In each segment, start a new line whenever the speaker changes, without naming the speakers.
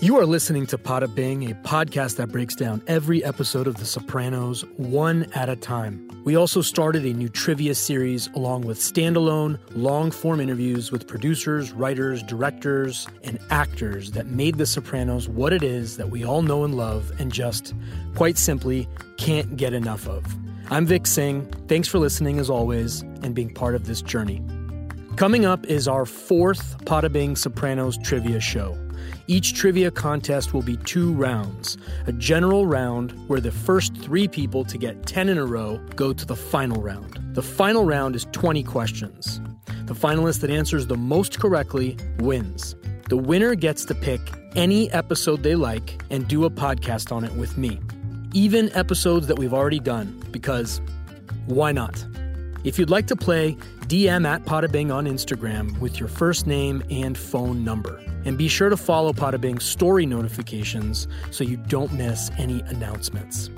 You are listening to Pot of Bing, a podcast that breaks down every episode of The Sopranos one at a time. We also started a new trivia series along with standalone, long form interviews with producers, writers, directors, and actors that made The Sopranos what it is that we all know and love and just, quite simply, can't get enough of. I'm Vic Singh. Thanks for listening as always and being part of this journey. Coming up is our fourth Pada Bing Sopranos trivia show. Each trivia contest will be two rounds a general round where the first three people to get 10 in a row go to the final round. The final round is 20 questions. The finalist that answers the most correctly wins. The winner gets to pick any episode they like and do a podcast on it with me, even episodes that we've already done, because why not? If you'd like to play, DM at Potabing on Instagram with your first name and phone number. And be sure to follow Potabing's story notifications so you don't miss any announcements.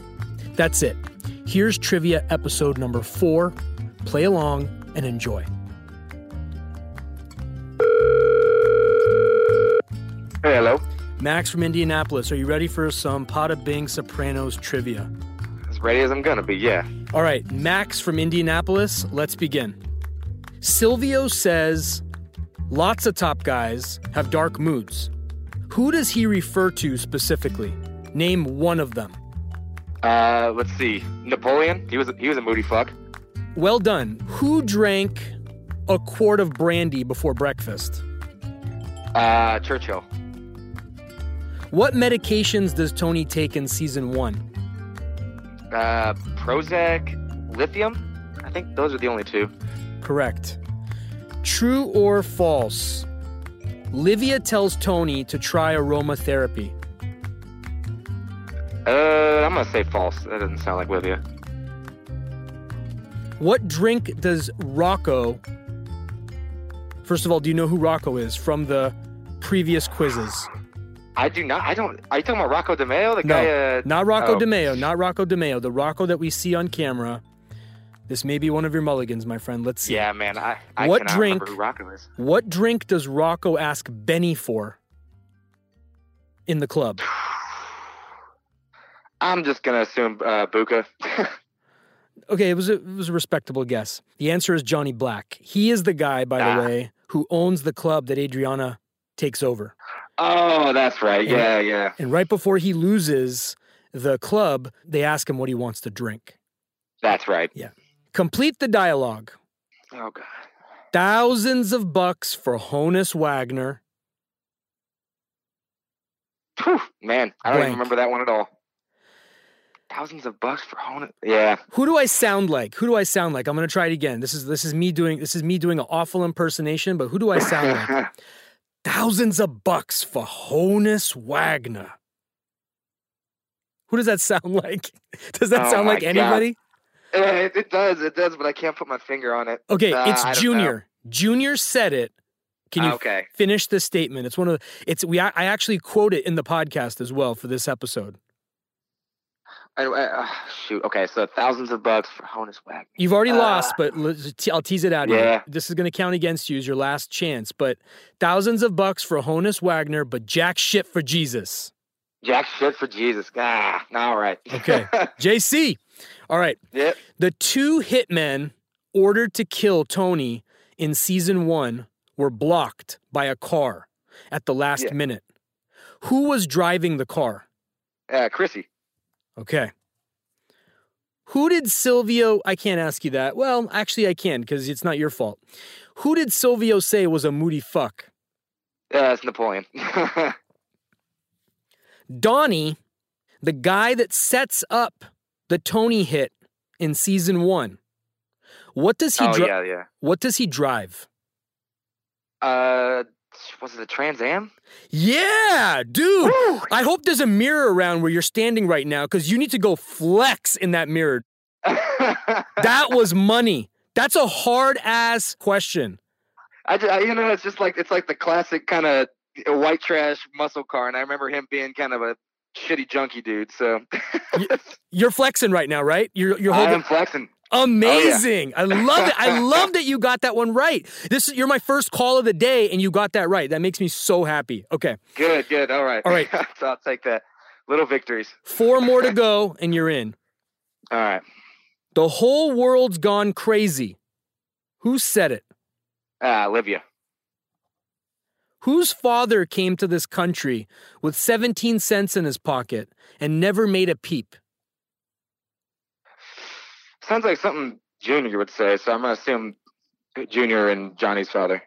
That's it. Here's trivia episode number four. Play along and enjoy.
Hey, hello.
Max from Indianapolis, are you ready for some Potabing Sopranos trivia?
As ready as I'm gonna be, yeah.
All right, Max from Indianapolis, let's begin. Silvio says lots of top guys have dark moods. Who does he refer to specifically? Name one of them.
Uh, let's see. Napoleon. He was he was a moody fuck.
Well done. Who drank a quart of brandy before breakfast?
Uh, Churchill.
What medications does Tony take in season one?
Uh, Prozac, lithium. I think those are the only two.
Correct. True or false? Livia tells Tony to try aromatherapy.
Uh, I'm gonna say false. That doesn't sound like Livia.
What drink does Rocco? First of all, do you know who Rocco is from the previous quizzes?
I do not. I don't. Are you talking about Rocco De Meo? The
No,
guy. Uh,
not Rocco
oh.
De DeMeo, not Rocco DeMeo, the Rocco that we see on camera. This may be one of your mulligans, my friend. Let's see.
Yeah, man. I, I
What
cannot
drink-
remember who Rocco is.
What drink does Rocco ask Benny for in the club?
I'm just gonna assume uh, Buka.
Okay, it was a, it was a respectable guess. The answer is Johnny Black. He is the guy, by
Ah.
the way, who owns the club that Adriana takes over.
oh, that's right. Yeah, yeah.
And right before he loses the club, they ask him what he wants to drink.
That's right.
Complete the dialogue.
Oh god.
Thousands of bucks for Honus Wagner.
Phew, man, I don't
Blank.
even remember that one at all. Thousands of bucks for Honus. Yeah.
Who do I sound like? Who do I sound like? I'm gonna try it again. This is this is me doing this is me doing an awful impersonation, but who do I sound like? Thousands of bucks for Honus Wagner. Who does that sound like? Does that
Oh
sound
my
like
God.
anybody?
Eh, It, it does, it does, but I can't put my finger on it.
Okay,
Uh, I don't
it's
know. Ah,
Junior. Junior said it. Can you
okay.
finish this statement? It's one of the, it's we I I actually quote it in the podcast as well for this episode.
Anyway, uh, shoot. Okay, so thousands of bucks for Honus Wagner.
You've already
Uh,
lost, but l- t- I'll tease it out. here.
Yeah.
This is going to count against you as your last chance, but thousands of bucks for Honus Wagner, but jack shit for Jesus.
Jack shit for Jesus. Ah, all right.
Okay. JC. All right.
yep.
The two hitmen ordered to kill Tony in season one were blocked by a car at the last
Yeah.
minute. Who was driving the car?
Uh, Chrissy.
Okay. Who did Silvio? I can't ask you that. Well, actually, I can because it's not your fault. Who did Silvio say was a moody fuck?
Uh, it's Napoleon.
Donnie, the guy that sets up the Tony hit in season one. What does he?
oh,
dri-
yeah, yeah.
What does he drive?
Uh, was it a Trans Am?
Yeah, dude.
Woo!
I hope there's a mirror around where you're standing right now because you need to go flex in that mirror. That was money. That's a hard ass question.
I, ju- I- you know, it's just like it's like the classic kind of white trash muscle car, and I remember him being kind of a shitty junkie dude. So
You're flexing right now, right? You're you're
I
holding
am flexing.
Amazing. I love it. I love that you got that one right. This is you're my first call of the day and you got that right. That makes me so happy. Okay.
Good, good. All right.
All right.
so I'll take that. Little victories.
Four more to go and you're in.
All right.
The whole world's gone crazy. Who said it?
Ah, Olivia.
Whose father came to this country with 17 cents in his pocket and never made a peep?
Sounds like something Junior would say, so I'm gonna assume Junior and Johnny's father.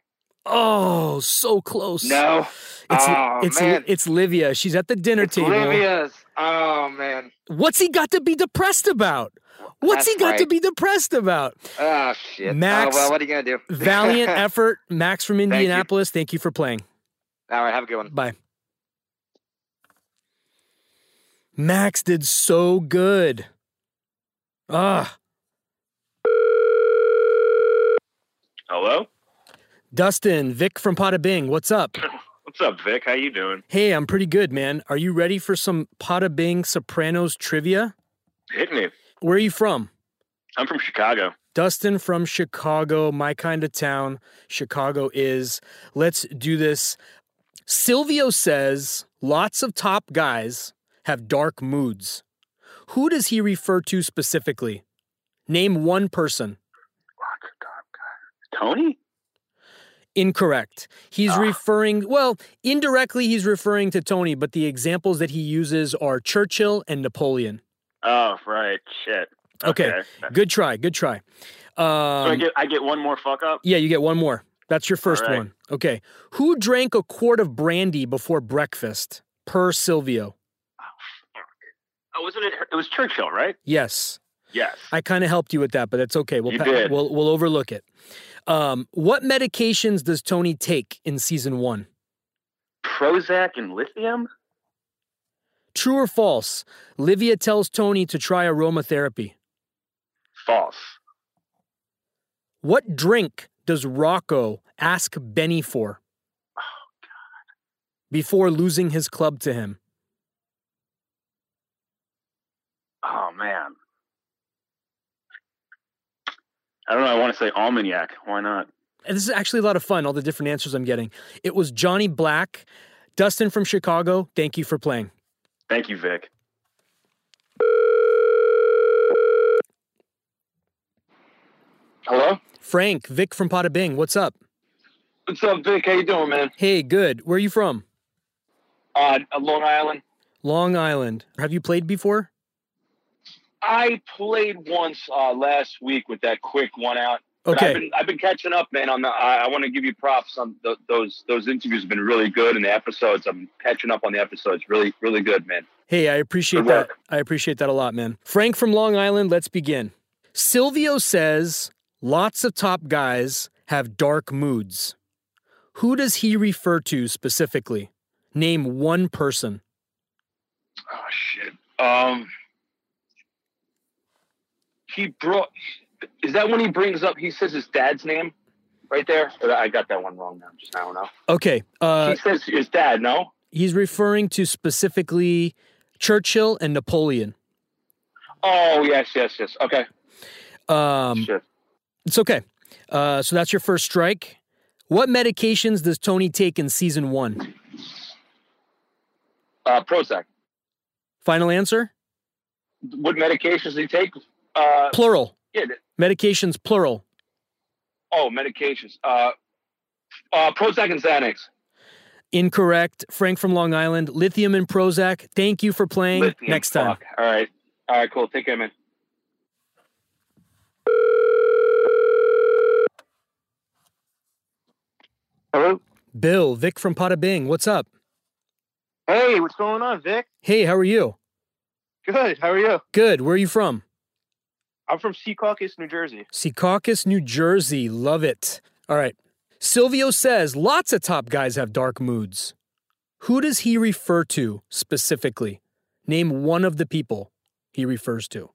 Oh, so close.
No.
It's,
oh
it's,
man.
it's Livia. She's at the dinner
It's
table.
Livia's. Oh man.
What's he got to be depressed about? What's he
That's
got to
right.
be depressed about?
Oh shit.
Max-
Oh, well, what are you gonna do?
Valiant effort, Max from
you.
Indianapolis. Thank you for playing.
All right. Have a good one.
Bye. Max did so good. Ah,
Hello.
Dustin, Vic from Pada Bing, what's up?
What's up, Vic? How you doing?
Hey, I'm pretty good, man. Are you ready for some Pada Bing Sopranos trivia?
Hitting it.
Where are you from?
I'm from Chicago.
Dustin from Chicago, my kind of town. Chicago is. Let's do this. Silvio says lots of top guys have dark moods. Who does he refer to specifically? Name one person.
Tony?
Incorrect. He's
Ah.
referring, well, indirectly, he's referring to Tony, but the examples that he uses are Churchill and Napoleon.
Oh, right. Shit.
Okay. Good try. Good try.
So I
Um,
get I get one more fuck up.
Yeah, you get one more. That's your first
right.
one. Okay. Who drank a quart of brandy before breakfast? Per Silvio.
Oh, wasn't it? It was Churchill, right?
Yes.
Yes.
I kind of helped you with that, but that's okay. We'll
You did.
we'll we'll overlook it. Um, what medications does Tony take in season 1?
Prozac and lithium.
True or false? Livia tells Tony to try aromatherapy.
False.
What drink does Rocco ask Benny for?
Oh,
Before losing his club to him.
Oh man. I don't know. I want to say Almagnac. Why not?
And this is actually a lot of fun, all the different answers I'm getting. It was Johnny Black, Dustin from Chicago. Thank you for playing.
Thank you, Vic.
Hello.
Frank, Vic from Pada Bing, what's up?
What's up, Vic? How you doing, man?
Hey, good. Where are you from?
Uh, Long Island.
Long Island. Have you played before?
I played once uh, last week with that quick one out. But I've
Okay.
been, I've been catching up, man. On the, I, I want to give you props on th- those. Those interviews have been really good, and the episodes. I'm catching up on the episodes. Really, really good, man.
Hey, I appreciate
Good
that.
work.
I appreciate that a lot, man. Frank from Long Island, let's begin. Silvio says lots of top guys have dark moods. Who does he refer to specifically? Name one person.
Oh
Ah,
shit. Um, he brought. Is that when he brings up? He says his dad's name, right there. Or I got that one wrong now. Just now, I don't know.
Okay. Uh,
he says his dad. No.
He's referring to specifically Churchill and Napoleon.
Oh yes, yes, yes. Okay.
Um,
shit.
it's okay. Uh, so that's your first strike. What medications does Tony take in season one?
Uh, Prozac.
Final answer?
What medications does he take? Uh,
Plural.
yeah.
Medications, plural.
Oh, medications. Uh, uh, Prozac and Xanax.
Incorrect. Frank from Long Island. Lithium and Prozac. Thank you for playing.
Lithium,
Next time.
fuck. All right. All right. Cool. Take care, man.
Hello.
Bill, Vic from Pada Bing. What's up?
Hey, what's going on, Vic?
Hey, how are you?
Good. How are you?
Good. Where are you from?
I'm from Secaucus, New Jersey.
Secaucus, New Jersey. Love it. All right. Silvio says lots of top guys have dark moods. Who does he refer to specifically? Name one of the people he refers to.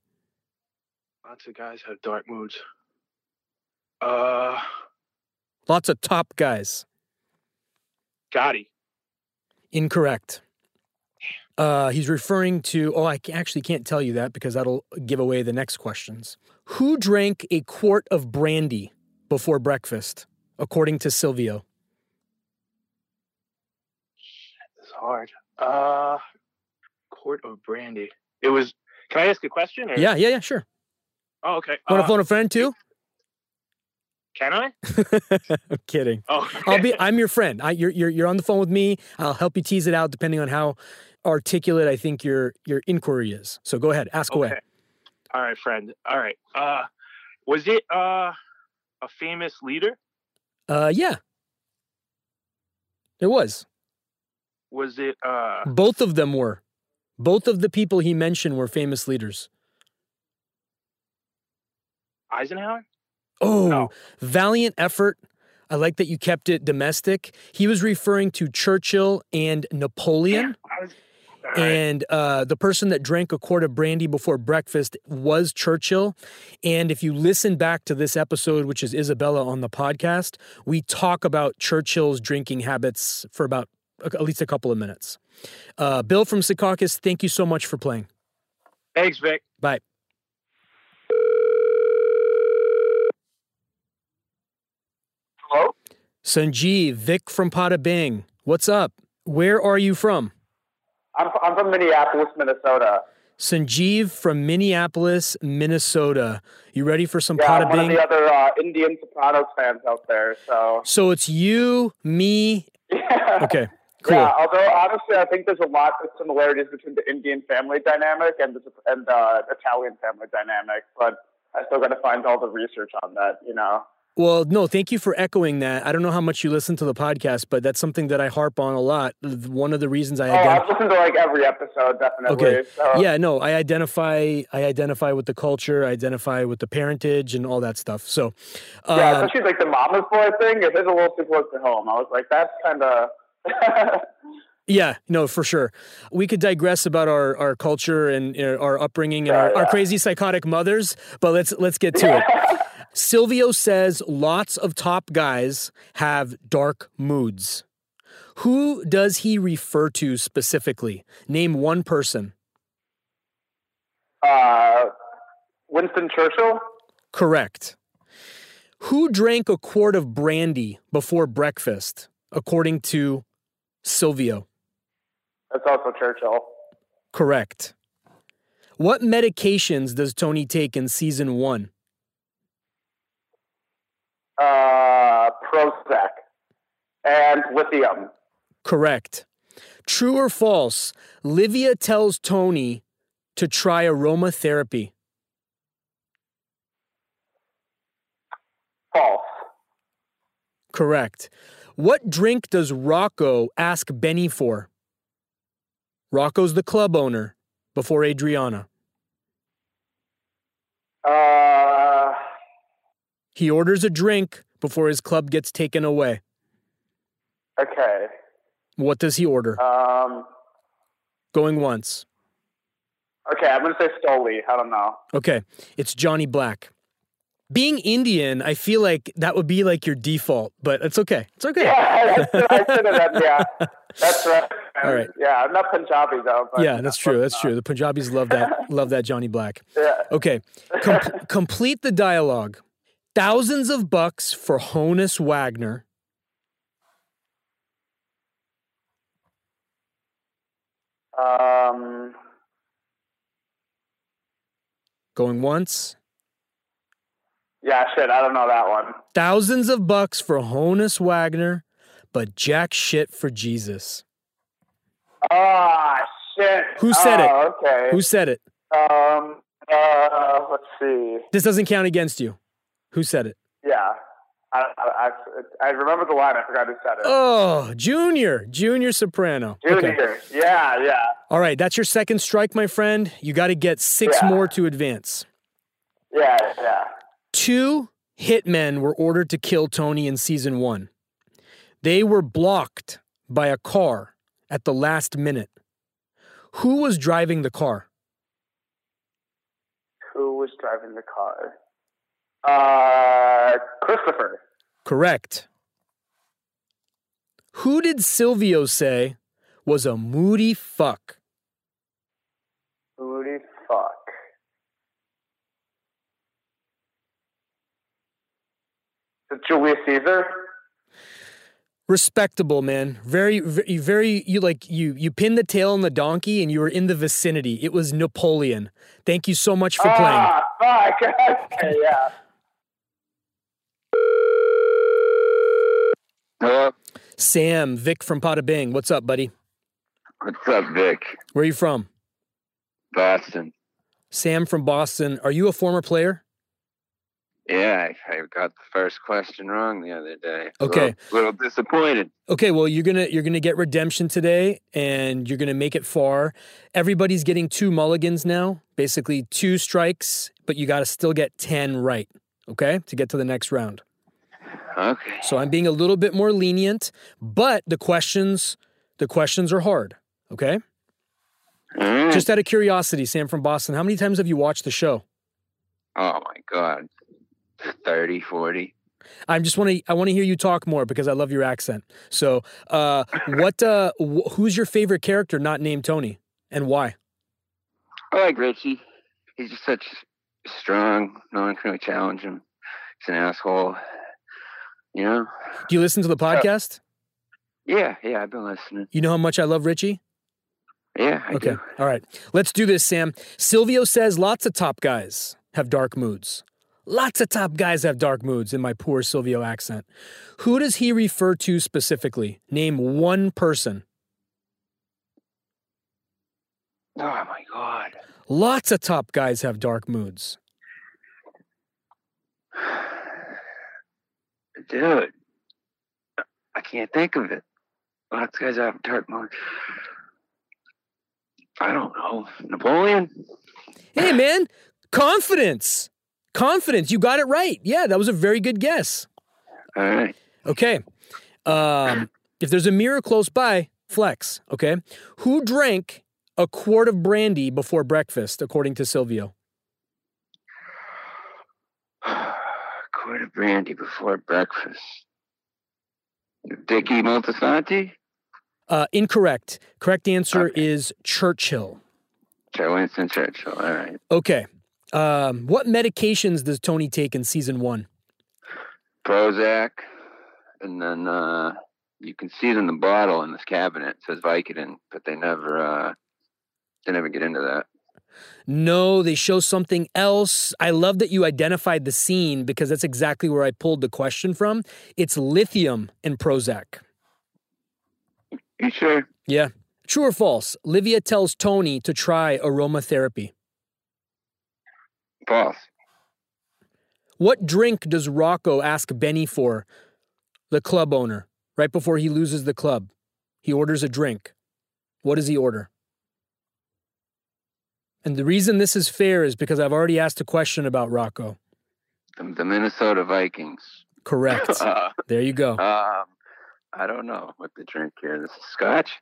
Lots of guys have dark moods. Uh,
Lots of top guys.
Gotti.
Incorrect. Uh, he's referring to, oh, I ca- actually can't tell you that because that'll give away the next questions. Who drank a quart of brandy before breakfast, according to Silvio?
It's hard. Uh, quart of brandy. It was. Can I ask a question? Or?
Yeah, yeah, yeah, sure.
Oh, okay.
Want to
Uh,
phone a friend too?
Can I?
I'm kidding.
Oh,
I'll be. I'm your friend. I, you're you're you're on the phone with me. I'll help you tease it out, depending on how articulate I think your your inquiry is. So go ahead, ask away.
Okay. All right, friend. All right. Uh, was it uh a famous leader?
Uh, yeah, it was.
Was it uh?
Both of them were. Both of the people he mentioned were famous leaders.
Eisenhower?
Oh,
No.
valiant effort. I like that you kept it domestic. He was referring to Churchill and Napoleon.
I was- all right.
And uh, the person that drank a quart of brandy before breakfast was Churchill. And if you listen back to this episode, which is Isabella on the podcast, we talk about Churchill's drinking habits for about a- at least a couple of minutes. Uh, Bill from Secaucus, thank you so much for playing.
Thanks, Vic.
Bye.
Hello?
Sanjeev, Vic from Pada Bing. What's up? Where are you from?
I'm, I'm from Minneapolis, Minnesota.
Sanjeev from Minneapolis, Minnesota. You ready for some
Yeah, I'm
Pada
one of
Bing?
the other uh, Indian Sopranos fans out there. So,
So it's you, me.
yeah.
Okay, cool.
Yeah, although honestly, I think there's a lot of similarities between the Indian family dynamic and the and the Italian family dynamic, but I still got to find all the research on that. You know,
Well, no, thank you for echoing that. I don't know how much you listen to the podcast, but that's something that I harp on a lot. One of the reasons I
oh, Uh-huh.
ident-
I've listened to like every episode, definitely.
Okay.
So,
yeah, no, I identify. I identify with the culture. I identify with the parentage and all that stuff. So, uh,
yeah, especially like the mama's boy thing. It is a little too close to home. I was like, that's kind of.
Yeah, no, for sure. We could digress about our, our culture and you know, our upbringing and our,
Yeah,
our
yeah.
crazy psychotic mothers, but let's let's get to it. Silvio says lots of top guys have dark moods. Who does he refer to specifically? Name one person.
uh, Winston Churchill.
Correct. Who drank a quart of brandy before breakfast, according to Silvio?
That's also Churchill.
Correct. What medications does Tony take in season one?
uh, Prozac and lithium.
Correct. True or false? Livia tells Tony to try aromatherapy.
False.
Correct. What drink does Rocco ask Benny for? Rocco's the club owner before Adriana.
Uh,
He orders a drink before his club gets taken away.
okay.
What does he order?
Um,
Going once.
okay, I'm gonna say Stoli. I don't know.
Okay, it's Johnny Black. Being Indian, I feel like that would be like your default, but it's okay. It's okay.
Yeah, I should- I should have done. Yeah, that's right.
All right.
Yeah, I'm not Punjabi though. But
Yeah, that's true. That's true. The Punjabis love that. love that Johnny Black.
Yeah.
Okay, Com- complete the dialogue. Thousands of bucks for Honus Wagner.
Um,
Going once.
yeah, shit. I don't know that one.
Thousands of bucks for Honus Wagner, but jack shit for Jesus.
Ah, shit.
Who said it?
Oh, Okay.
Who said it?
Um. Uh. Let's see.
This doesn't count against you. Who said it?
Yeah. I, I, I, I remember the line. I forgot who said it.
Oh, Junior, Junior Soprano. Okay.
Junior. Yeah, yeah.
All right, that's your second strike, my friend. You got to get six
Yeah.
more to advance.
Yeah, yeah.
Two hitmen were ordered to kill Tony in season one. They were blocked by a car at the last minute. Who was driving the car?
Who was driving the car? Uh, Christopher.
Correct. Who did Silvio say was a moody fuck
Julius Caesar.
Respectable man, very, very, very. You like you you pinned the tail on the donkey, and you were in the vicinity. It was Napoleon. Thank you so much for playing.
ah, fuck. okay, yeah.
Hello?
Sam, Vic from Pada Bing. What's up, buddy?
What's up, Vic?
Where are you from?
Boston.
Sam from Boston. Are you a former player?
Yeah, I, I got the first question wrong the other day.
Okay.
A little, little disappointed.
Okay, well you're gonna you're gonna get redemption today, and you're gonna make it far. Everybody's getting two mulligans now, basically two strikes, but you got to still get ten right, okay, to get to the next round.
Okay.
So I'm being a little bit more lenient, but the questions the questions are hard, okay?
All right.
Just out of curiosity, Sam from Boston, how many times have you watched the show?
oh, my God. 30, 40.
I just want to I want to hear you talk more because I love your accent. So, uh, what uh, wh- who's your favorite character not named Tony, and why?
I like Richie. He's just such strong. No one can really challenge him. He's an asshole. You know?
Do you listen to the podcast?
Yeah, yeah, I've been listening.
You know how much I love Richie.
Yeah, I
okay,
do.
all right, let's do this, Sam. Silvio says lots of top guys have dark moods. Lots of top guys have dark moods in my poor Silvio accent. Who does he refer to specifically? Name one person.
Oh, my God.
Lots of top guys have dark moods.
Dude, I can't think of it. Lots of guys have dark marks. I don't know. Napoleon?
Hey, man, confidence. Confidence. You got it right. Yeah, that was a very good guess.
All right.
Okay. Um, if there's a mirror close by, flex. Okay. Who drank a quart of brandy before breakfast, according to Silvio?
Quart of brandy before breakfast. Dickie Multisanti?
Uh, incorrect. Correct answer
Okay.
is Churchill.
Sir Winston Churchill. All right.
Okay. Um, what medications does Tony take in season one?
Prozac. And then uh, you can see it in the bottle in this cabinet. It says Vicodin, but they never uh, they never get into that.
No, they show something else. I love that you identified the scene because that's exactly where I pulled the question from. It's lithium and Prozac.
You sure?
Yeah. True or false? Livia tells Tony to try aromatherapy.
False.
What drink does Rocco ask Benny for? The club owner, right before he loses the club. He orders a drink. What does he order? And the reason this is fair is because I've already asked a question about Rocco.
The, the Minnesota Vikings.
Correct.
Uh,
There you go.
Um, I don't know what to drink here. This is scotch.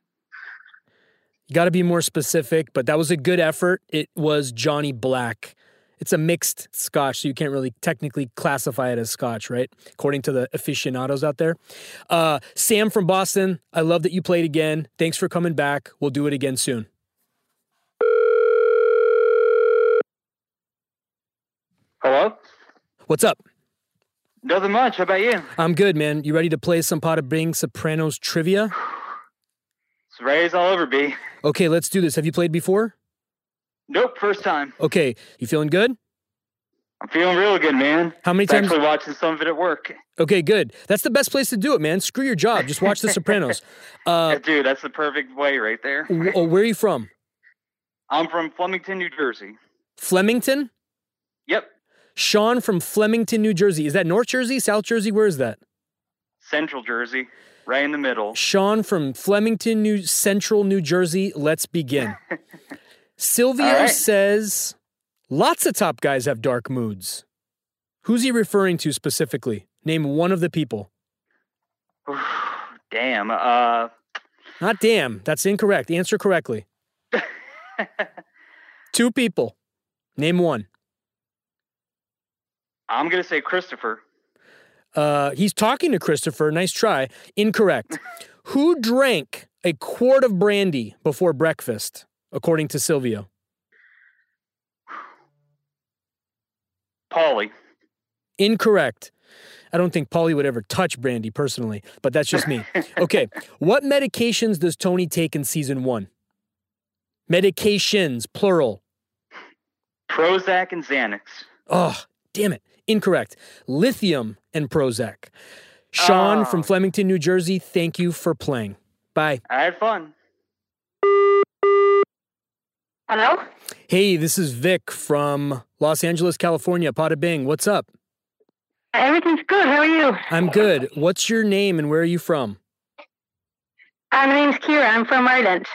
You got to be more specific, but that was a good effort. It was Johnny Black. It's a mixed scotch, so you can't really technically classify it as scotch, right? According to the aficionados out there. Uh, Sam from Boston, I love that you played again. Thanks for coming back. We'll do it again soon.
Hello?
What's up?
Nothing much. How about you?
I'm good, man. You ready to play some Pot of Bing Sopranos trivia?
It's Ray's all over, B.
Okay, let's do this. Have you played before?
Nope, first time.
Okay, you feeling good?
I'm feeling real good, man.
How many
It's
times?
actually watching some of it at work.
Okay, good. That's the best place to do it, man. Screw your job. Just watch The Sopranos. Uh,
Dude, that's the perfect way right there.
w- oh, where are you from?
I'm from Flemington, New Jersey.
Flemington?
Yep,
Sean from Flemington, New Jersey. Is that North Jersey, South Jersey? Where is that?
Central Jersey, right in the middle.
Sean from Flemington, New Central New Jersey. Let's begin. Silvio
All right.
says lots of top guys have dark moods. Who's he referring to specifically? Name one of the people.
Damn. Uh,
Not damn. That's incorrect. Answer correctly. Two people. Name one.
I'm gonna say Christopher.
Uh, he's talking to Christopher. Nice try. Incorrect. Who drank a quart of brandy before breakfast, according to Silvio?
Paulie.
Incorrect. I don't think Polly would ever touch brandy personally, but that's just me. okay. What medications does Tony take in season one? Medications, plural.
Prozac and Xanax.
Oh, damn it. Incorrect. Lithium and Prozac. Sean
Oh.
from Flemington, New Jersey, thank you for playing. Bye.
I had fun.
Hello?
Hey, this is Vic from Los Angeles, California, Pada Bing. What's up?
Everything's good. How are you?
I'm good. What's your name and where are you from?
Uh, my name's Kira. I'm from Ireland.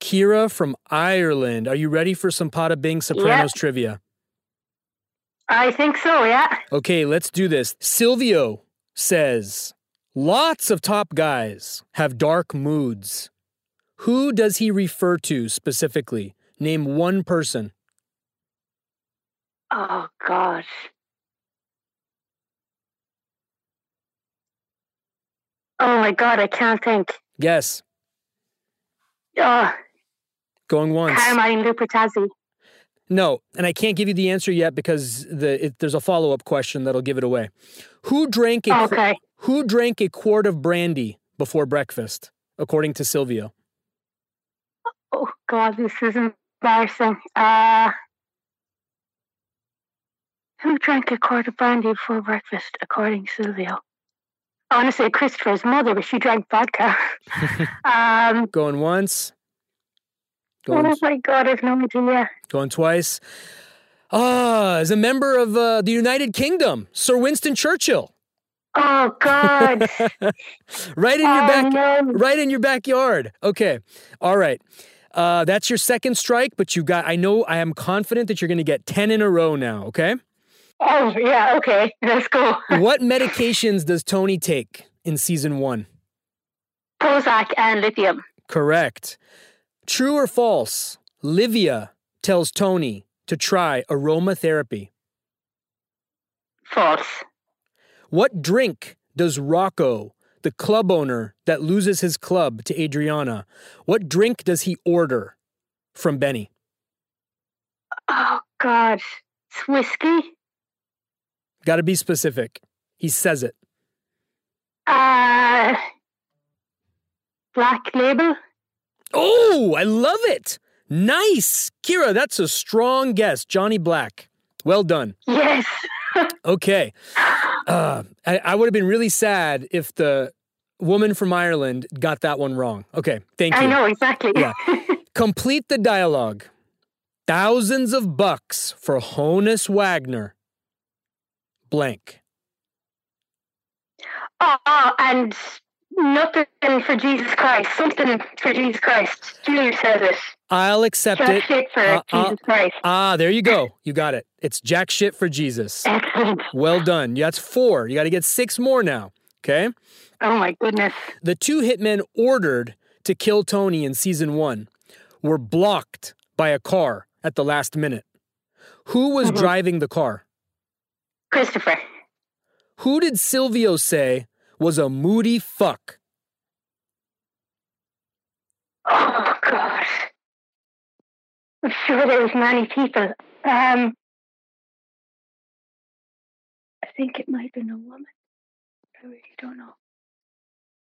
Kira from Ireland. Are you ready for some Pada Bing Sopranos trivia?
I think so, yeah.
Okay, let's do this. Silvio says, Lots of top guys have dark moods. Who does he refer to specifically? Name one person.
Oh, God. Oh, my God. I can't think.
Yes,
Oh,
going once.
Carmine Lupertazzi.
No, and I can't give you the answer yet because the it, there's a follow up question that'll give it away. Who drank a qu-
Okay.
Who drank a quart of brandy before breakfast, according to Silvio?
Oh, God. This is embarrassing. Uh, who drank a quart of brandy before breakfast, according to Silvio? I want to say Christopher's mother, but she drank vodka. um,
Going once. Going,
oh, my God. I've no idea.
going twice. Ah, as a member of uh, the United Kingdom, Sir Winston Churchill,
Oh, God.
right in your
Oh,
back,
no.
right in your backyard. Okay, all right. Uh, that's your second strike, but you got. I know. I am confident that you're going to get ten in a row now. Okay.
Oh, yeah, okay. Let's go.
what medications does Tony take in season one?
Prozac and lithium.
Correct. True or false? Livia tells Tony to try aromatherapy.
False.
What drink does Rocco, the club owner that loses his club to Adriana, what drink does he order from Benny?
Oh, God. It's whiskey?
Got to be specific. He says it.
Uh, black label?
Oh, I love it. Nice. Kira, that's a strong guess. Johnny Black. Well done.
Yes.
Okay. Uh, I, I would have been really sad if the woman from Ireland got that one wrong. Okay. Thank you.
I know, exactly.
Yeah. Complete the dialogue. Thousands of bucks for Honus Wagner. Blank.
oh, oh, and nothing for Jesus Christ. Something for Jesus Christ. Junior says it.
I'll accept
Jack
it.
shit for
Uh, uh,
Jesus Christ.
Ah, there you go. You got it. It's jack shit for Jesus.
Excellent.
Well done. Yeah, That's four. You got to get six more now. Okay.
Oh, my goodness.
the two hitmen ordered to kill Tony in season one were blocked by a car at the last minute. Who was driving the car?
Mm-hmm. Christopher.
Who did Silvio say was a moody fuck?
Oh God! I'm sure there was many people. Um, I think it might have been a woman. I really don't know.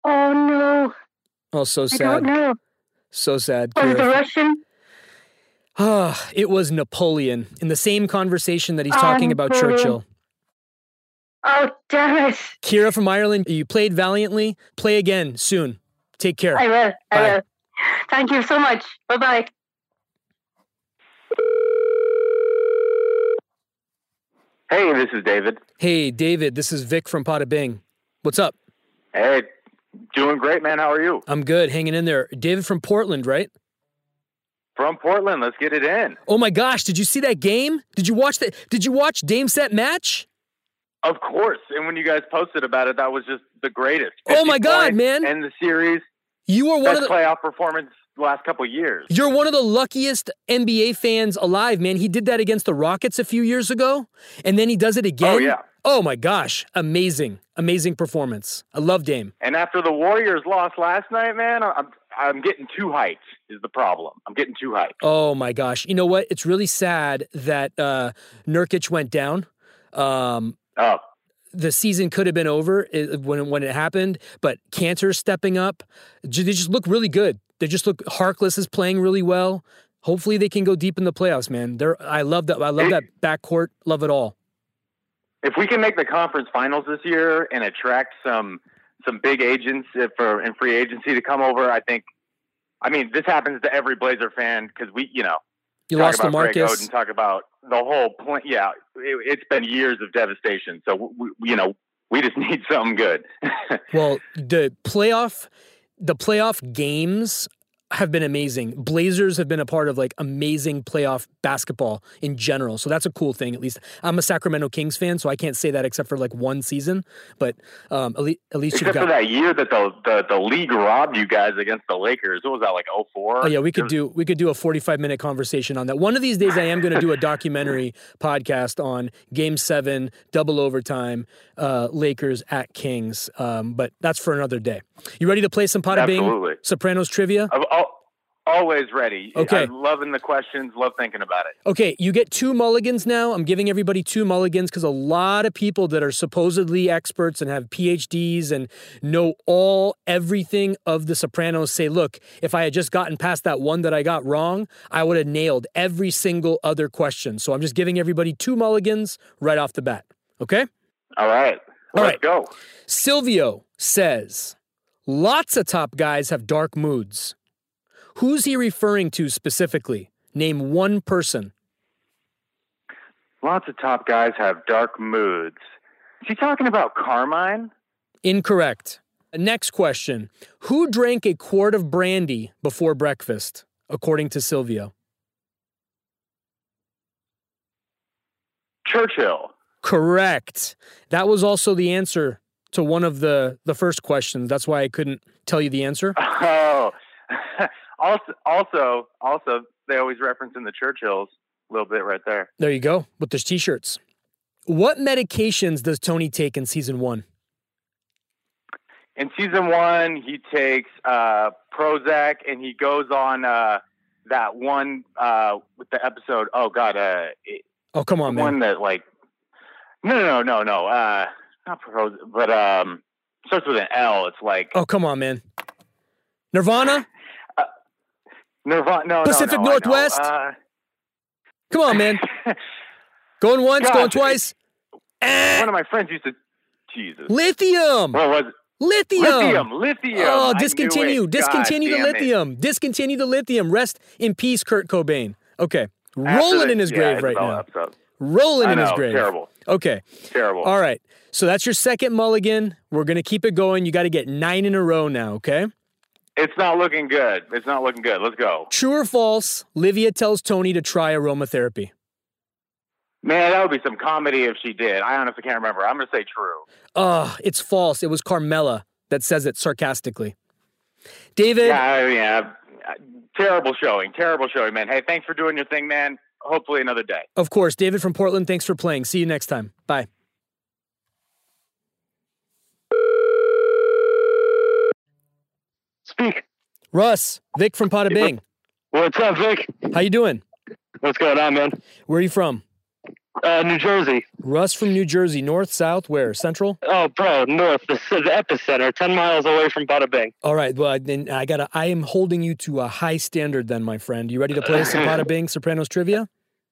Oh no!
Oh, so
I don't
sad.
know.
So sad.
Was it a
Kira.
Russian?
Ah, it was Napoleon in the same conversation that he's
Oh,
talking about
Napoleon.
Churchill.
Oh damn it!
Kira from Ireland, you played valiantly. Play again soon. Take care.
I will. I
Bye.
will. Thank you so much. Bye bye.
Hey, this is David.
hey, David, this is Vic from Pada Bing. What's up?
Hey, doing great, man. How are you?
I'm good, hanging in there. David from Portland, right?
From Portland. Let's get it in.
Oh my gosh, did you see that game? Did you watch that? Did you watch Dame Set Match?
Of course. And when you guys posted about it, that was just the greatest.
Oh my
50
God,
points,
man.
And the series
You are one
best
of the
playoff performance the last couple years.
you're one of the luckiest NBA fans alive, man. He did that against the Rockets a few years ago, and then he does it again.
Oh, yeah.
Oh my gosh, amazing. Amazing performance. I love Dame.
And after the Warriors lost last night, man, I'm I'm getting too hyped is the problem. I'm getting too hyped.
Oh my gosh. You know what? It's really sad that uh Nurkic went down. Um
Oh,
the season could have been over i- when when it happened, but Cantor's stepping up. Ju- They just look really good. They just look Harkless is playing really well. Hopefully they can go deep in the playoffs, man. They're I love that I love that backcourt. Love it all.
if we can make the conference finals this year and attract some some big agents uh, for and free agency to come over, I think. I mean, this happens to every Blazer fan because we, you know,
You
talk
lost
about Greg
LaMarcus.
Oden, talk about the whole plan. Yeah, it, it's been years of devastation. So we, we- you know, we just need something good.
Well, the playoff the playoff games have been amazing. Blazers have been a part of like amazing playoff basketball in general. So that's a cool thing at least. I'm a Sacramento Kings fan, so I can't say that except for like one season, but um at, le- at least you've
Except
got
for that year that the, the the league robbed you guys against the Lakers. What was that like? 04?
Oh yeah, we could do we could do a 45 minute conversation on that. One of these days I am going to do a documentary podcast on game 7 double overtime uh Lakers at Kings. Um but that's for another day. You ready to play some Pada Bing
Absolutely.
Sopranos trivia?
I'm al- always ready.
Okay.
I'm loving the questions. Love thinking about it.
Okay, you get two mulligans now. I'm giving everybody two mulligans because a lot of people that are supposedly experts and have PhDs and know all everything of The Sopranos say, look, if I had just gotten past that one that I got wrong, I would have nailed every single other question. So I'm just giving everybody two mulligans right off the bat. Okay?
All right.
All
Let's
right.
go.
Silvio says, lots of top guys have dark moods. Who's he referring to specifically? Name one person.
Lots of top guys have dark moods. Is he talking about Carmine?
Incorrect. Next question. Who drank a quart of brandy before breakfast, according to Silvio?
Churchill.
Correct. That was also the answer to one of the, the first questions. That's why I couldn't tell you the answer.
Oh. also, also, also, they always reference in the Churchills a little bit right there.
There you go with those t shirts. What medications does Tony take in season one?
In season one, he takes uh, Prozac and he goes on uh, that one uh, with the episode. Oh God, uh, it-
Oh, come on,
the one
man.
that like no, no, no, no, no. Uh, not Prozac, but um, starts with an L. It's like
Oh, come on, man. Nirvana?
Nirvana. No, no,
Pacific
no, I know.
Northwest?
Uh,
Come on, man. Going once,
God,
going twice. Eh.
one of my friends used to. Jesus.
Lithium.
What was it?
Lithium.
lithium? Lithium. I
Oh,
knew it.
discontinue.
God
Discontinue the
damn it.
lithium. Discontinue the lithium. Rest in peace, Kurt Cobain. Okay.
After
Rolling
the-
in his
yeah,
grave
it's
right
all
now.
up, so-
Rolling
I
in his
know,
grave.
Terrible.
Okay.
Terrible.
All right. So that's your second mulligan. We're going to keep it going. You got to get nine in a row now, okay?
It's not looking good. It's not looking good. Let's go.
True or false, Livia tells Tony to try aromatherapy.
Man, that would be some comedy if she did. I honestly can't remember. I'm going to say true.
Ugh, it's false. It was Carmela that says it sarcastically. David,
Yeah, I- yeah. uh, Terrible showing. Terrible showing, man. Hey, thanks for doing your thing, man. Hopefully another day.
of course, David from Portland, thanks for playing. See you next time. Bye.
Speak.
Russ, Vic from Pada Bing.
What's up, Vic?
How you doing?
What's going on, man?
Where are you from?
Uh, New Jersey.
Russ from New Jersey, north, south, where? Central?
Oh, bro, north, the, the epicenter, 10 miles away from Bada Bing.
All right. Well, I- then I gotta. I am holding you to a high standard, then, my friend. You ready to play some Bada Bing Sopranos trivia?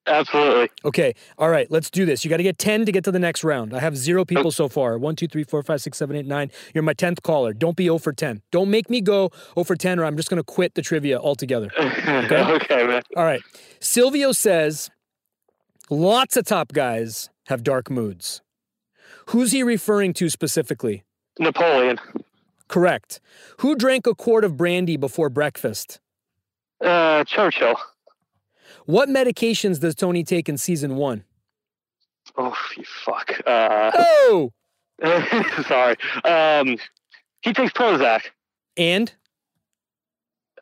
Absolutely.
Okay. All right. Let's do this. You got to get ten to get to the next round. I have zero people so far. One, two, three, four, five, six, seven, eight, nine. You're my tenth caller. Don't be 0 for ten. Don't make me go 0 for ten, or I'm just gonna quit the trivia altogether.
Okay, man.
All right. Silvio says lots of top guys have dark moods. Who's he referring to specifically?
Napoleon.
Correct. Who drank a quart of brandy before breakfast?
Uh, Churchill.
What medications does Tony take in season one?
Oh, you fuck. Uh,
Oh!
sorry. Um, he takes Prozac.
And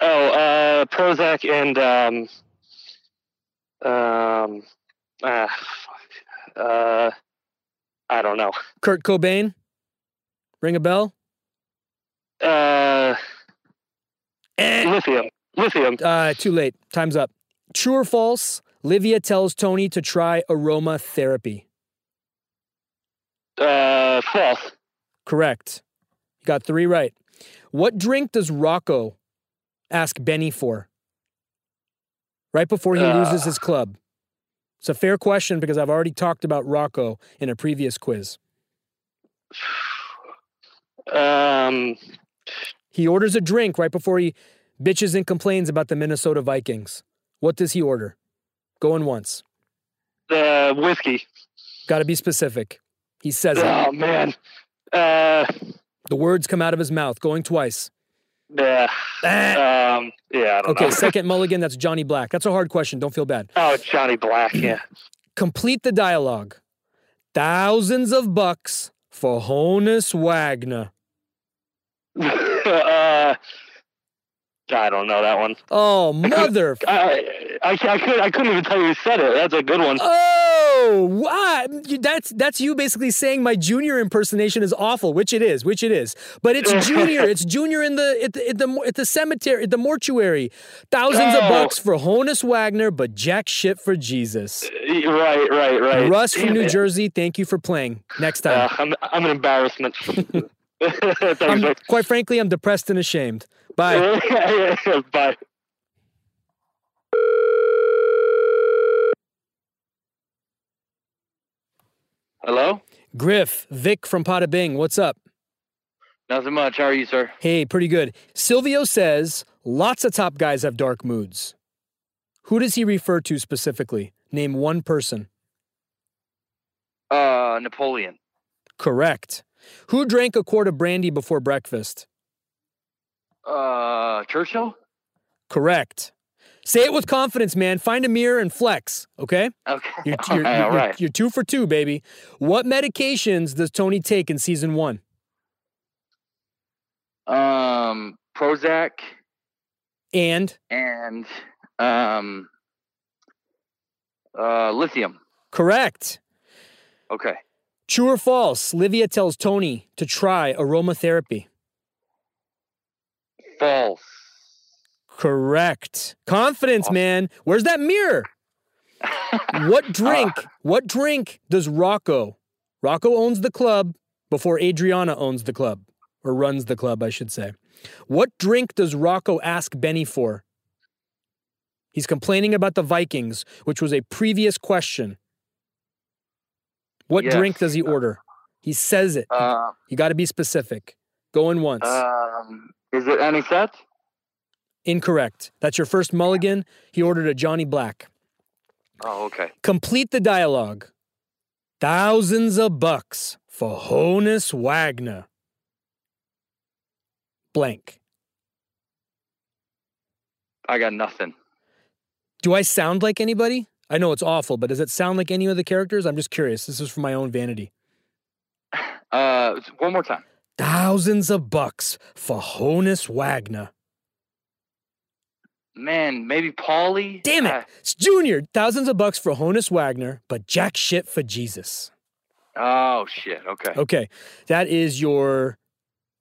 Oh, uh, Prozac and um, um, ah, fuck. Uh, I don't know.
Kurt Cobain? Ring a bell?
Uh,
Eh.
lithium. Lithium.
Uh, too late. Time's up. True or false? Livia tells Tony to try aromatherapy.
Uh, fifth.
Correct. You got three right. What drink does Rocco ask Benny for? Right before he
Uh.
loses his club. It's a fair question because I've already talked about Rocco in a previous quiz.
Um,
He orders a drink right before he bitches and complains about the Minnesota Vikings. What does he order? Going once.
Uh,
the whiskey.
Got to be specific. He says it.
Oh man. Uh,
The words come out of his mouth, going twice.
yeah. Um, yeah. I don't
Eh. Okay,
know.
second mulligan, that's Johnny Black. That's a hard question. Don't feel bad.
Oh, Johnny Black. Yeah.
Complete the dialogue. Thousands of bucks for Honus Wagner.
uh, I don't know that one.
Oh, mother.
I, I, I could I couldn't even tell you who said it. That's a good one.
Oh, why? You- That's that's you basically saying my junior impersonation is awful, which it is, which it is. But it's junior. it's junior in the at the at the, at the cemetery, at the mortuary. Thousands of
Oh.
bucks for Honus Wagner, but jack shit for Jesus.
E, right, right, right.
Russ from
Damn
New
it.
Jersey, thank you for playing. Next
Uh,
time.
I'm I'm an embarrassment. Thanks,
I'm-
Rick.
quite frankly, I'm depressed and ashamed. Bye.
Bye.
Hello?
Griff, Vic from Pada Bing, what's up?
Nothing much. How are you, sir?
Hey, pretty good. Silvio says lots of top guys have dark moods. Who does he refer to specifically? Name one person.
Uh, Napoleon.
Correct. Who drank a quart of brandy before breakfast?
Uh, Churchill?
Correct. Say it with confidence, man. Find a mirror and flex, okay?
Okay.
You're,
All
you're-
right, all
you're-
right.
you're two for two, baby. What medications does Tony take in season one?
Um, Prozac
And
and, um, uh, lithium.
correct.
Okay.
True or false? Livia tells Tony to try aromatherapy.
False.
Correct. Confidence, man. Where's that mirror? what drink? What drink does Rocco? Rocco owns the club before Adriana owns the club or runs the club, I should say. What drink does Rocco ask Benny for? He's complaining about the Vikings, which was a previous question. What
Yes.
drink does he order? He says it.
Uh,
you got to be specific. Going once.
um, is it any set?
Incorrect. That's your first mulligan. He ordered a Johnny Black.
Oh, okay.
Complete the dialogue. Thousands of bucks for Honus Wagner. Blank.
I got nothing.
Do I sound like anybody? I know it's awful, but does it sound like any of the characters? I'm just curious. This is for my own vanity.
Uh, it's- one more time.
Thousands of bucks for Honus Wagner.
Man, maybe Paulie?
Damn it. It's Junior. Thousands of bucks for Honus Wagner, but jack shit for Jesus.
Oh, shit. Okay.
Okay. That is your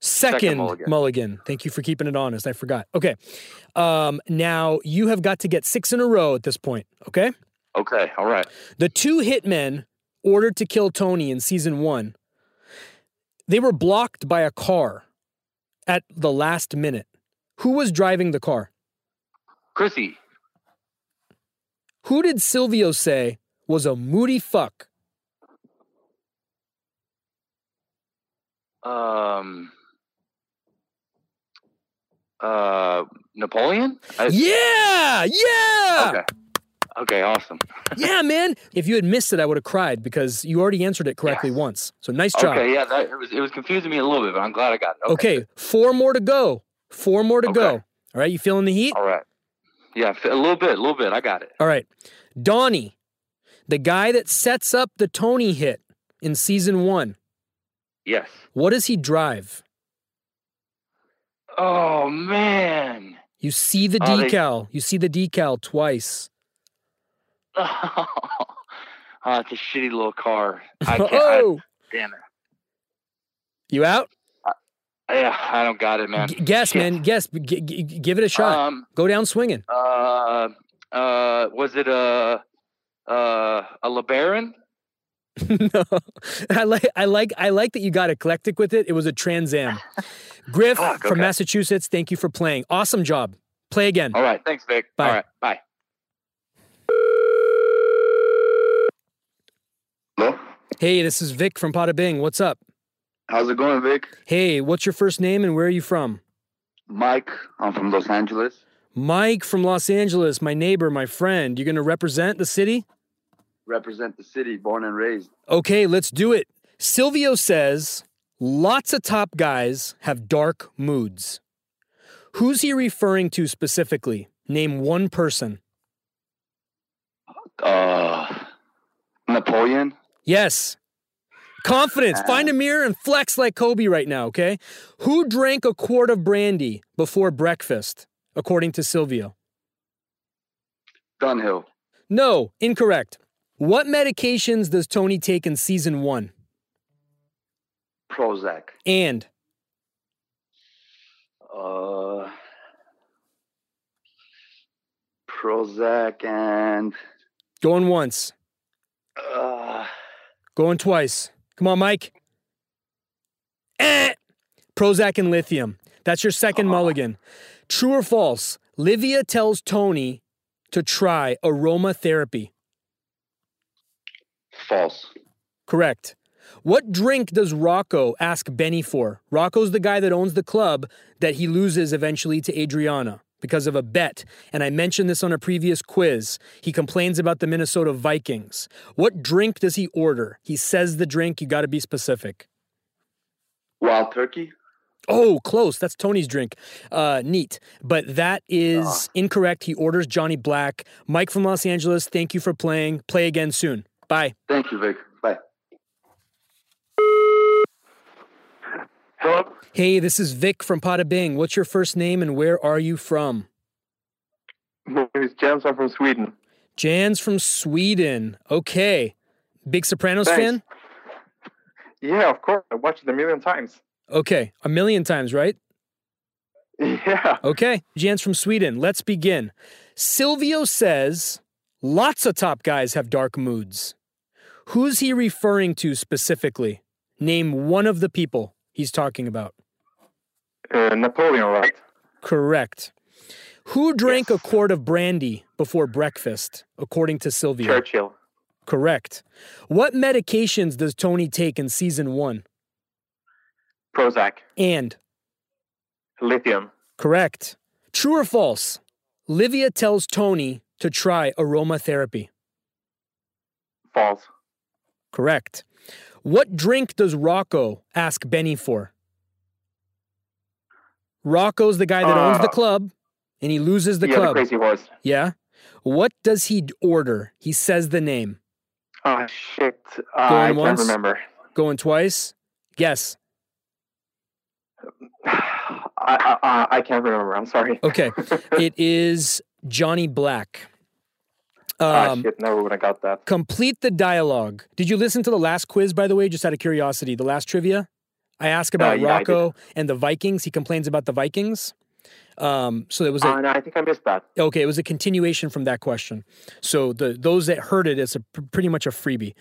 second,
Second
mulligan.
mulligan.
Thank you for keeping it honest. I forgot. Okay. Um, now you have got to get six in a row at this point. Okay.
Okay. All right.
The two hitmen ordered to kill Tony in season one, they were blocked by a car at the last minute. Who was driving the car?
Chrissy.
Who did Silvio say was a moody fuck?
Um. Uh, Napoleon? I-
yeah! Yeah!
Okay. Okay. Awesome.
yeah, man. If you had missed it, I would have cried because you already answered it correctly once. So nice job.
Okay. Yeah. That, it was. It was confusing me a little bit, but I'm glad I got it.
Okay, four more to go. Four more to go. All right, you feeling the heat?
All right. Yeah. f- A little bit. A little bit. I got it.
All right. Donnie, the guy that sets up the Tony hit in season one,
Yes.
what does he drive?
Oh man.
You see the
Oh, they-
decal. You see the decal twice.
Oh, it's a shitty little car. I can't. I-
oh,
damn it.
you out?
Yeah. I don't got it, man.
G- guess,
Shit.
man. Guess. G- g- g- give it a shot.
Um,
Go down swinging.
Uh. Uh. Was it a uh a LeBaron?
no, I like I like I like that you got eclectic with it. It was a Trans Am. Griff
Fuck,
from
okay.
Massachusetts, thank you for playing. Awesome job. Play again.
All right. Thanks, Vic.
Bye.
All right. Bye.
Hey, this is Vic from Pada Bing. What's up?
How's it going, Vic?
Hey, what's your first name and where are you from?
Mike. I'm from Los Angeles.
Mike from Los Angeles, my neighbor, my friend. You're going to represent the city?
Represent the city, born and raised.
Okay, let's do it. Silvio says lots of top guys have dark moods. Who's he referring to specifically? Name one person.
Uh, Napoleon.
Yes. Confidence.
Ah.
Find a mirror and flex like Kobe right now, okay? Who drank a quart of brandy before breakfast, according to Silvio?
Dunhill.
No, incorrect. What medications does Tony take in season one?
Prozac.
And
Uh, Prozac and
going once,
uh,
going twice. Come on, Mike. Eh. Prozac and lithium. That's your second mulligan. True or false? Livia tells Tony to try aromatherapy.
false.
Correct. What drink does Rocco ask Benny for? Rocco's the guy that owns the club that he loses eventually to Adriana because of a bet. And I mentioned this on a previous quiz. He complains about the Minnesota Vikings. What drink does he order? He says the drink, you got to be specific.
Wild turkey.
Oh, close. That's Tony's drink. Uh, neat. But that is incorrect. He orders Johnny Black. Mike from Los Angeles, thank you for playing. Play again soon. Bye.
Thank you, Vic. Bye.
Hello. Hey, this is Vic from Pada Bing. What's your first name and where are you from?
My name is James. I'm from Sweden.
Jan's from Sweden. Okay. Big Sopranos
Thanks.
fan?
Yeah, of course. I watched it a million times.
Okay. A million times, right?
Yeah.
Okay. Jan's from Sweden. Let's begin. Silvio says lots of top guys have dark moods. Who's he referring to specifically? Name one of the people he's talking about.
Uh, Napoleon, right?
Correct. Who drank a quart of brandy before breakfast, according to Sylvia?
Churchill.
Correct. What medications does Tony take in season one?
Prozac.
And
Lithium.
correct. True or false? Livia tells Tony to try aromatherapy.
False.
Correct. What drink does Rocco ask Benny for? Rocco's the guy that owns the
Uh,
club and he loses the
yeah,
club.
the crazy horse.
Yeah. What does he d- order? He says the name.
Oh shit! Uh,
Going
I
once?
can't remember.
Going twice? Yes.
I, I I- I can't remember. I'm sorry.
Okay. it is Johnny Black.
Ah,
Um,
shit! Never would have got that.
complete the dialogue. Did you listen to the last quiz, by the way, just out of curiosity? The last trivia? I ask about
Uh, yeah, I did.
Rocco and the Vikings. He complains about the Vikings. Um, so it was a,
Uh, no, I think I missed that.
okay. It was a continuation from that question. So the those that heard it, it's a, pr- pretty much a freebie.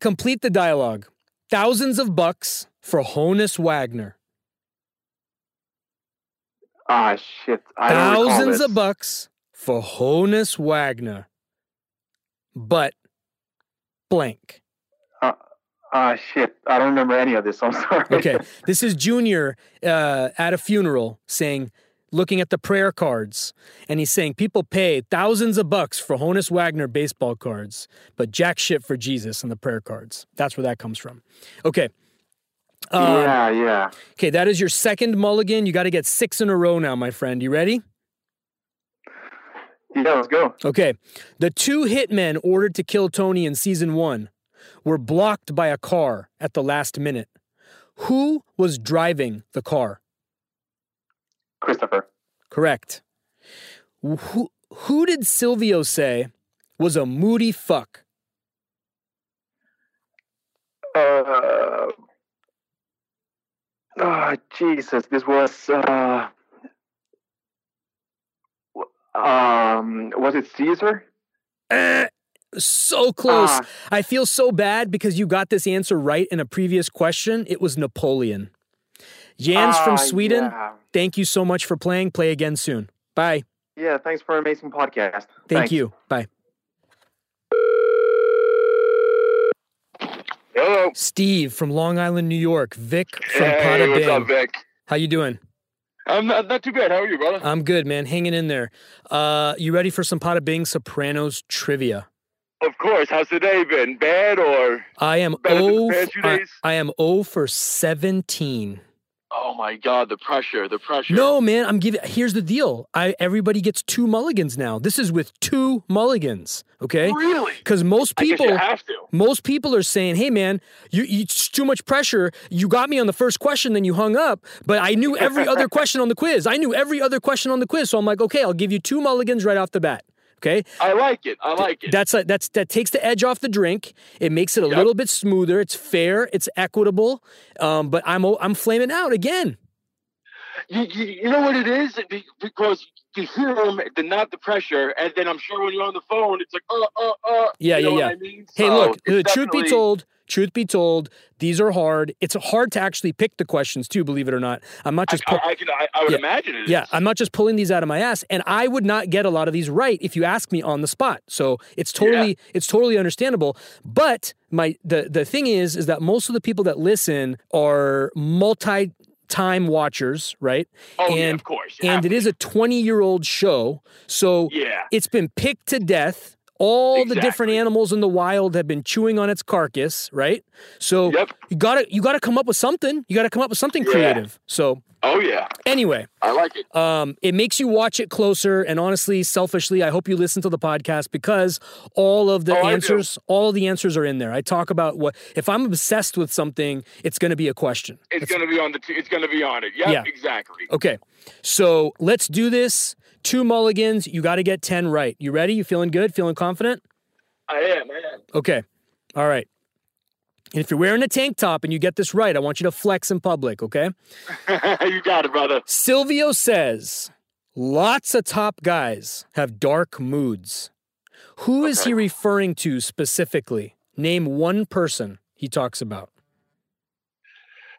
Complete the dialogue. Thousands of bucks for Honus Wagner.
Ah shit! I don't recall
Thousands
this.
of bucks for Honus Wagner. But blank.
Ah shit! I don't remember any of this. I'm sorry.
Okay. This is Junior uh, at a funeral saying, looking at the prayer cards, and he's saying, People pay thousands of bucks for Honus Wagner baseball cards, but jack shit for Jesus and the prayer cards. That's where that comes from. Okay. Uh,
yeah, yeah.
Okay, that is your second mulligan. You got to get six in a row now, my friend. You ready?
Yeah, let's go.
Okay. The two hitmen ordered to kill Tony in season one were blocked by a car at the last minute. Who was driving the car?
Christopher.
Correct. Who, who did Silvio say was a moody fuck?
Uh, oh, Jesus, this was. Uh, w- um, was it Caesar?
Eh, so close.
Ah.
I feel so bad because you got this answer right in a previous question. It was Napoleon. Jans
Ah,
from Sweden,
yeah.
thank you so much for playing. Play again soon. Bye.
Yeah, thanks for an amazing podcast.
Thank you. Bye.
Hello.
Steve from Long Island, New York. Vic from
Hey,
Pada
what's
Bing.
up, Vic?
How you doing?
I'm not, not too bad. How are you, brother?
I'm good, man. Hanging in there. Uh, you ready for some Pada Bing Sopranos trivia?
of course. How's the day been? Bad or?
I am
Better than the
0
past few
I,
days?
I am 0 for 17.
Oh my God, the pressure, the pressure.
No, man, I'm giving Here's the deal. I everybody gets two mulligans now. This is with two mulligans, okay?
Really?
Cuz most
I guess you
people
have to.
most people are saying, "Hey man, you, you it's too much pressure. You got me on the first question then you hung up, but I knew every other question on the quiz. I knew every other question on the quiz." So I'm like, "Okay, I'll give you two mulligans right off the bat." Okay?
I like it. I like it.
That's a, that's that takes the edge off the drink. It makes it a little bit smoother. It's fair. It's equitable. Um, but I'm o- I'm flaming out again.
You, you, you know what it is? Be- Because you hear them, the not the pressure, and then I'm sure when you're on the phone, it's like, uh, uh, uh.
Yeah,
you
yeah,
know
yeah.
What I mean?
Hey,
So
look. The
it's
truth be
definitely-
told, truth be told, these are hard. It's hard to actually pick the questions too. Believe it or not, I'm not just.
I, I can. I, I would
Yeah.
imagine it. is.
yeah, I'm not just pulling these out of my ass, and I would not get a lot of these right if you ask me on the spot. So it's totally it's totally understandable. But my the the thing is is that most of the people that listen are multi time watchers, right?
Oh,
and,
yeah, of course.
And it is a 20 year old show, so
Yeah.
it's been picked to death. All the different
Exactly.
animals in the wild have been chewing on its carcass, right? So you gotta you gotta come up with something. You gotta come up with something
Yeah.
creative. So
Oh yeah.
Anyway,
I like it.
Um, it makes you watch it closer, and honestly, selfishly, I hope you listen to the podcast because all of the
Oh, I do.
answers, all of the answers are in there. I talk about what if I'm obsessed with something, it's going to be a question.
It's gonna be on the. T- it's gonna be on it. Yep,
Yeah.
Exactly.
Okay, so let's do this. Two mulligans. You got to get ten right. You ready? You feeling good? Feeling confident?
I am. I am.
Okay. All right. And if you're wearing a tank top and you get this right, I want you to flex in public. Okay.
you got it, brother.
Silvio says, lots of top guys have dark moods. Who is he referring to specifically? Name one person he talks about.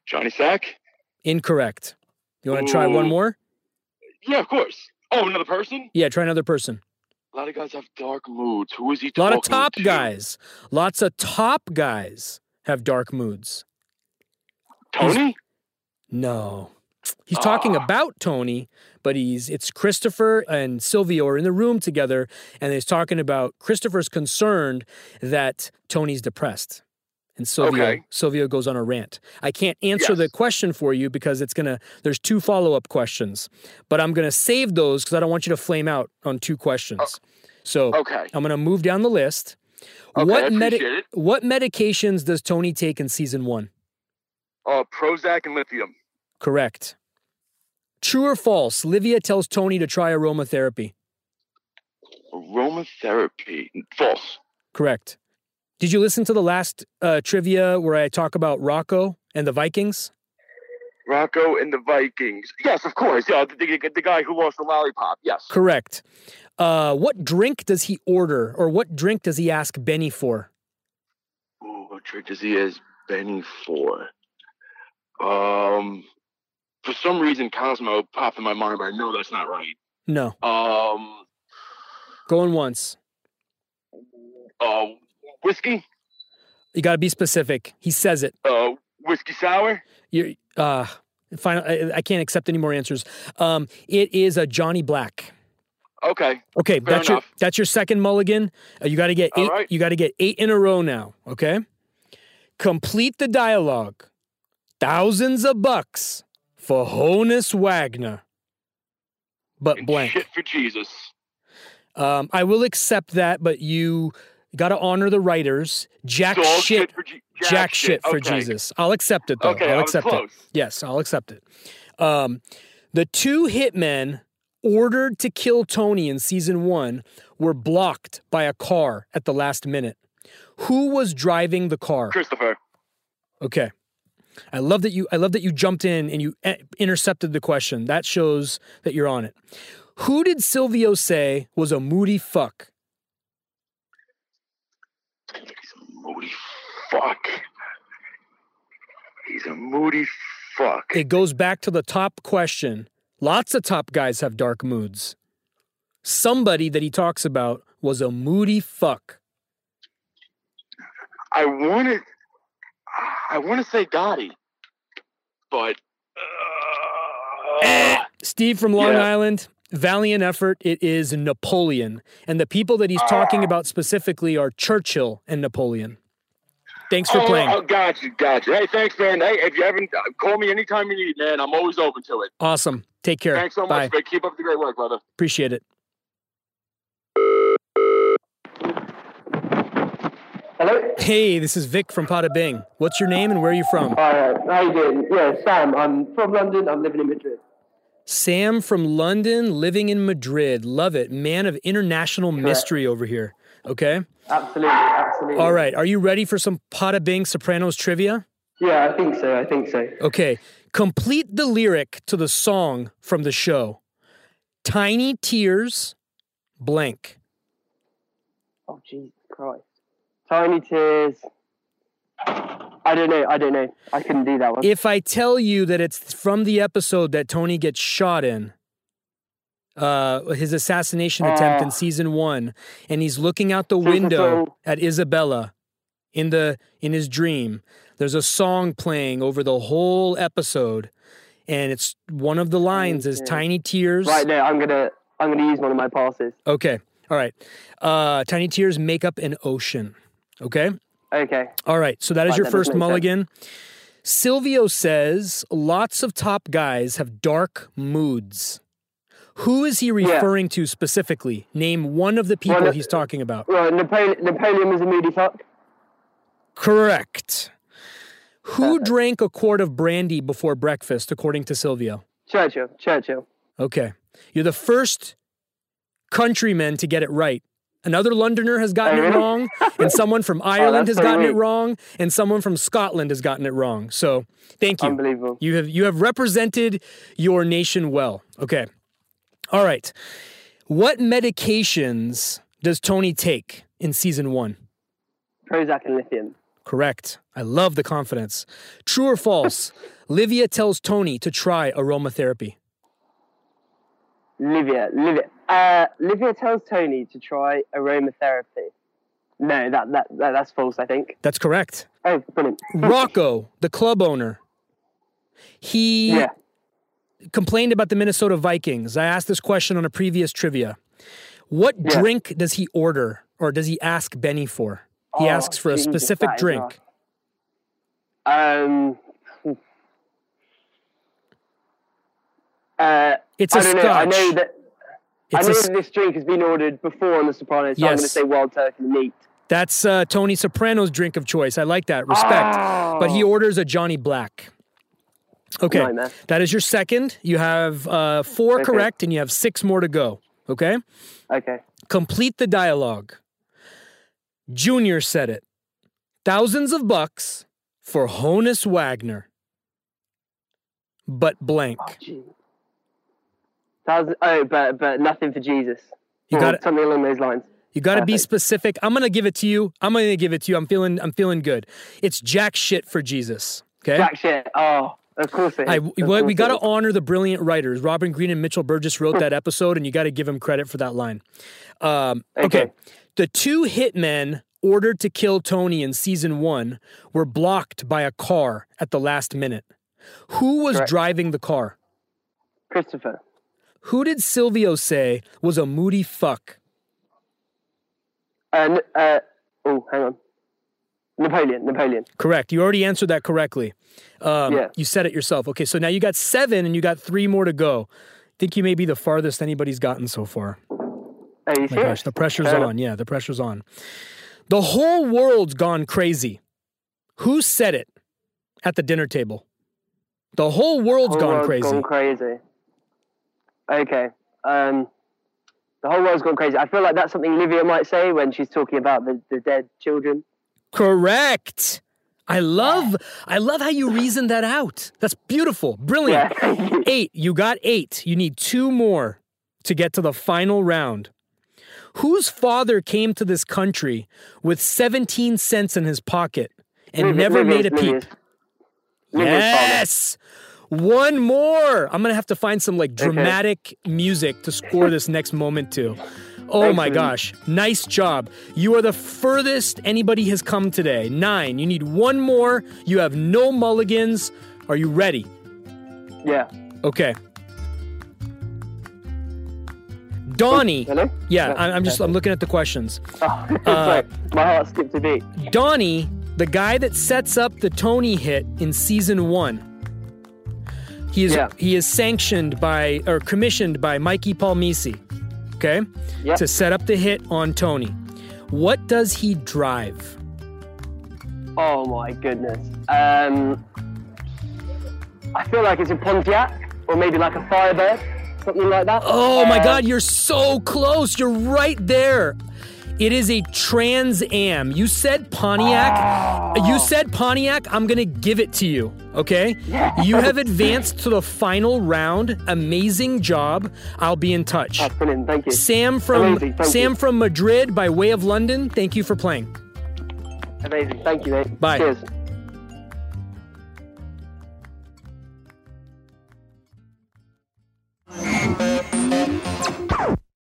Johnny Sack.
Incorrect. You want to try one
Ooh.
more?
Yeah, of course. Oh, another person.
Yeah, try another person.
A lot of guys have dark moods. Who is he?
A lot
talking
of top
to?
guys. Lots of top guys have dark moods. He's-
Tony.
no. He's talking
Ah.
about Tony, but he's it's Christopher and Silvio are in the room together, and he's talking about Christopher's concerned that Tony's depressed. And Silvio
Okay.
Silvio goes on a rant. I can't answer the question for you because it's gonna there's two follow-up questions, but I'm gonna save those because I don't want you to flame out on two questions. so
okay.
I'm gonna move down the list.
Okay, I
what
appreciate it.
what medications does Tony take in season one?
Uh, Prozac and lithium.
Correct. True or false? Livia tells Tony to try aromatherapy.
Aromatherapy. False.
Correct. Did you listen to the last uh, trivia where I talk about Rocco and the Vikings?
Rocco and the Vikings. Yes, of course. Yeah, the, the, the guy who lost the lollipop. Yes.
Correct. Uh, what drink does he order, or what drink does he ask Benny for?
Ooh, what trick does he has Benny for? Um, for some reason, Cosmo popped in my mind, but I know that's not right.
No,
Um,
going once.
uh, whiskey.
You got to be specific. He says it.
Uh, whiskey sour.
You, uh, final. I, I can't accept any more answers. Um, it is a Johnny Black.
Okay.
Okay,
Fair
that's
enough.
your that's your second mulligan. Uh, you got to get
All
eight.
right.
You got to get eight in a row now. Okay, complete the dialogue. Thousands of bucks for Honus Wagner, but blank.
Shit for Jesus.
Um, I will accept that, but you got to honor the writers. Jack
Dog
shit,
shit for Je-
jack,
jack
shit
shit,
for
okay.
Jesus. I'll accept it though.
Okay,
I'll
I was
accept
close.
it. Yes, I'll accept it. Um, the two hitmen ordered to kill Tony in season one were blocked by a car at the last minute. Who was driving the car?
Christopher.
Okay. I love that you I love that you jumped in and you eh, intercepted the question. That shows that you're on it. Who did Silvio say was a moody fuck?
fuck. He's a moody fuck.
It goes back to the top question. Lots of top guys have dark moods. Somebody that he talks about was a moody fuck.
I wanted, I want to say Gotti, but
Eh, Steve from Long Island, valiant effort. It is Napoleon. And the people that he's
Ah.
talking about specifically are Churchill and Napoleon. Thanks for
oh,
playing.
Oh, got you, got you. Hey, thanks, man. Hey, if you haven't, uh, call me anytime you need, man. I'm always open to it.
Awesome. Take care.
Thanks so
Bye.
much, man. Keep up the great work, brother.
Appreciate it.
Hello?
Hey, this is Vic from Pada Bing. What's your name and where are you from?
All right, how you doing? Yeah, Sam. I'm from London. I'm living in Madrid.
Sam from London, living in Madrid. Love it. Man of international mystery over here. Okay.
Absolutely, absolutely.
All right. Are you ready for some Pada Bing Sopranos trivia?
Yeah, I think so. I think so.
Okay. Complete the lyric to the song from the show Tiny Tears, blank.
Oh Jesus Christ! Tiny tears. I don't know. I don't know. I couldn't do that one.
If I tell you that it's from the episode that Tony gets shot in, uh, his assassination attempt in
Ah.
season one, and he's looking out the
Season
window
two.
at Isabella in the in his dream. There's a song playing over the whole episode, and it's one of the lines is "Tiny Tears."
Mm-hmm. Right now, I'm gonna I'm gonna use one of my passes.
Okay. All right. Uh, tiny tears make up an ocean. Okay.
Okay.
All right. So that is
Right,
your
that does
first
make sense.
mulligan. Silvio says lots of top guys have dark moods. Who is he referring to specifically? Name one of the people
Well,
he's talking about.
Right, Napoleon, Napoleon was a moody fuck.
Correct. Who drank a quart of brandy before breakfast, according to Silvio?
Churchill. Churchill.
Okay. You're the first countryman to get it right. Another Londoner has gotten
Oh,
it
really?
wrong, and someone from Ireland
Oh, that's
has
pretty
gotten it
weak.
wrong, and someone from Scotland has gotten it wrong. So, thank you.
Unbelievable.
You have you have represented your nation well. Okay. All right. What medications does Tony take in season 1?
Prozac and lithium.
Correct. I love the confidence. True or false? Livia tells Tony to try aromatherapy.
Livia. Livia. Uh, Livia tells Tony to try aromatherapy. No, that, that, that that's false. I think.
That's correct.
Oh, brilliant.
Rocco, the club owner, he complained about the Minnesota Vikings. I asked this question on a previous trivia. What drink does he order or does he ask Benny for? He
Oh,
asks for a
Jesus,
specific
that is
drink.
rough. Um. Uh,
It's a
I don't know. I know
scotch.
that. I
It's
know
a
that this drink has been ordered before on the Sopranos, so I'm going to
Yes.
say wild turkey meat.
That's uh, Tony Soprano's drink of choice. I like that. Respect.
Oh.
But he orders a Johnny Black. Okay.
Nightmare.
That is your second. You have uh, four
Okay.
correct and you have six more to go. Okay.
Okay.
Complete the dialogue. Junior said it. Thousands of bucks for Honus Wagner. But blank.
Thousand, oh, but but nothing for Jesus.
You
Or
gotta-
something along those lines.
You got to be
Perfect.
specific. I'm going to give it to you. I'm going to give it to you. I'm feeling I'm feeling good. It's jack shit for Jesus. Okay?
Jack shit. Oh, of course it is.
I,
Of
we
course
we
it
got to
is.
honor the brilliant writers. Robin Greene and Mitchell Burgess wrote that episode, and you got to give them credit for that line. Um, okay. The two hitmen ordered to kill Tony in season one were blocked by a car at the last minute. Who was driving the car?
Christopher.
Who did Silvio say was a moody fuck?
And uh, oh, hang on. Napoleon. Napoleon.
Correct. You already answered that correctly. Um,
Yeah.
You said it yourself. Okay, so now you got seven and you got three more to go. I think you may be the farthest anybody's gotten so far.
Are Oh, you
Oh, my
serious?
gosh, the pressure's
Fair
on. Yeah, the pressure's on. The whole world's gone crazy. Who said it at the dinner table? The whole world's
whole
gone
world's
crazy.
Gone crazy. Okay. Um, the whole world's gone crazy. I feel like that's something Livia might say when she's talking about the, the dead children.
Correct. I love I love how you reasoned that out. That's beautiful. Brilliant. eight. You got eight. You need two more to get to the final round. Whose father came to this country with 17 cents in his pocket and
Liv-
never
Livia's-
made a
Livia's-
peep.
Livia's father.
Yes. One more. I'm gonna have to find some like dramatic music to score this next moment to. Oh
Thanks,
my
man.
gosh. Nice job. You are the furthest anybody has come today. Nine. You need one more. You have no mulligans. Are you ready?
Yeah.
Okay. Donnie.
Hello? Uh,
Yeah, I- I'm just I'm looking at the questions. Uh,
Sorry, my heart skipped a beat.
Donnie, the guy that sets up the Tony hit in season one. He is
Yeah.
he is sanctioned by or commissioned by Mikey Palmisi, okay,
Yep.
to set up the hit on Tony. What does he drive?
Oh my goodness. Um, I feel like it's a Pontiac or maybe like a Firebird, something like that.
Oh my
Um,
God, you're so close. You're right there. It is a Trans Am. You said Pontiac. You said Pontiac. I'm going to give it to you. Okay? You have advanced to the final round. Amazing job. I'll be in touch.
That's brilliant. Thank you.
Sam from
Amazing, thank
Sam
you.
from Madrid by way of London. Thank you for playing.
Amazing. Thank you, mate.
Bye.
Cheers.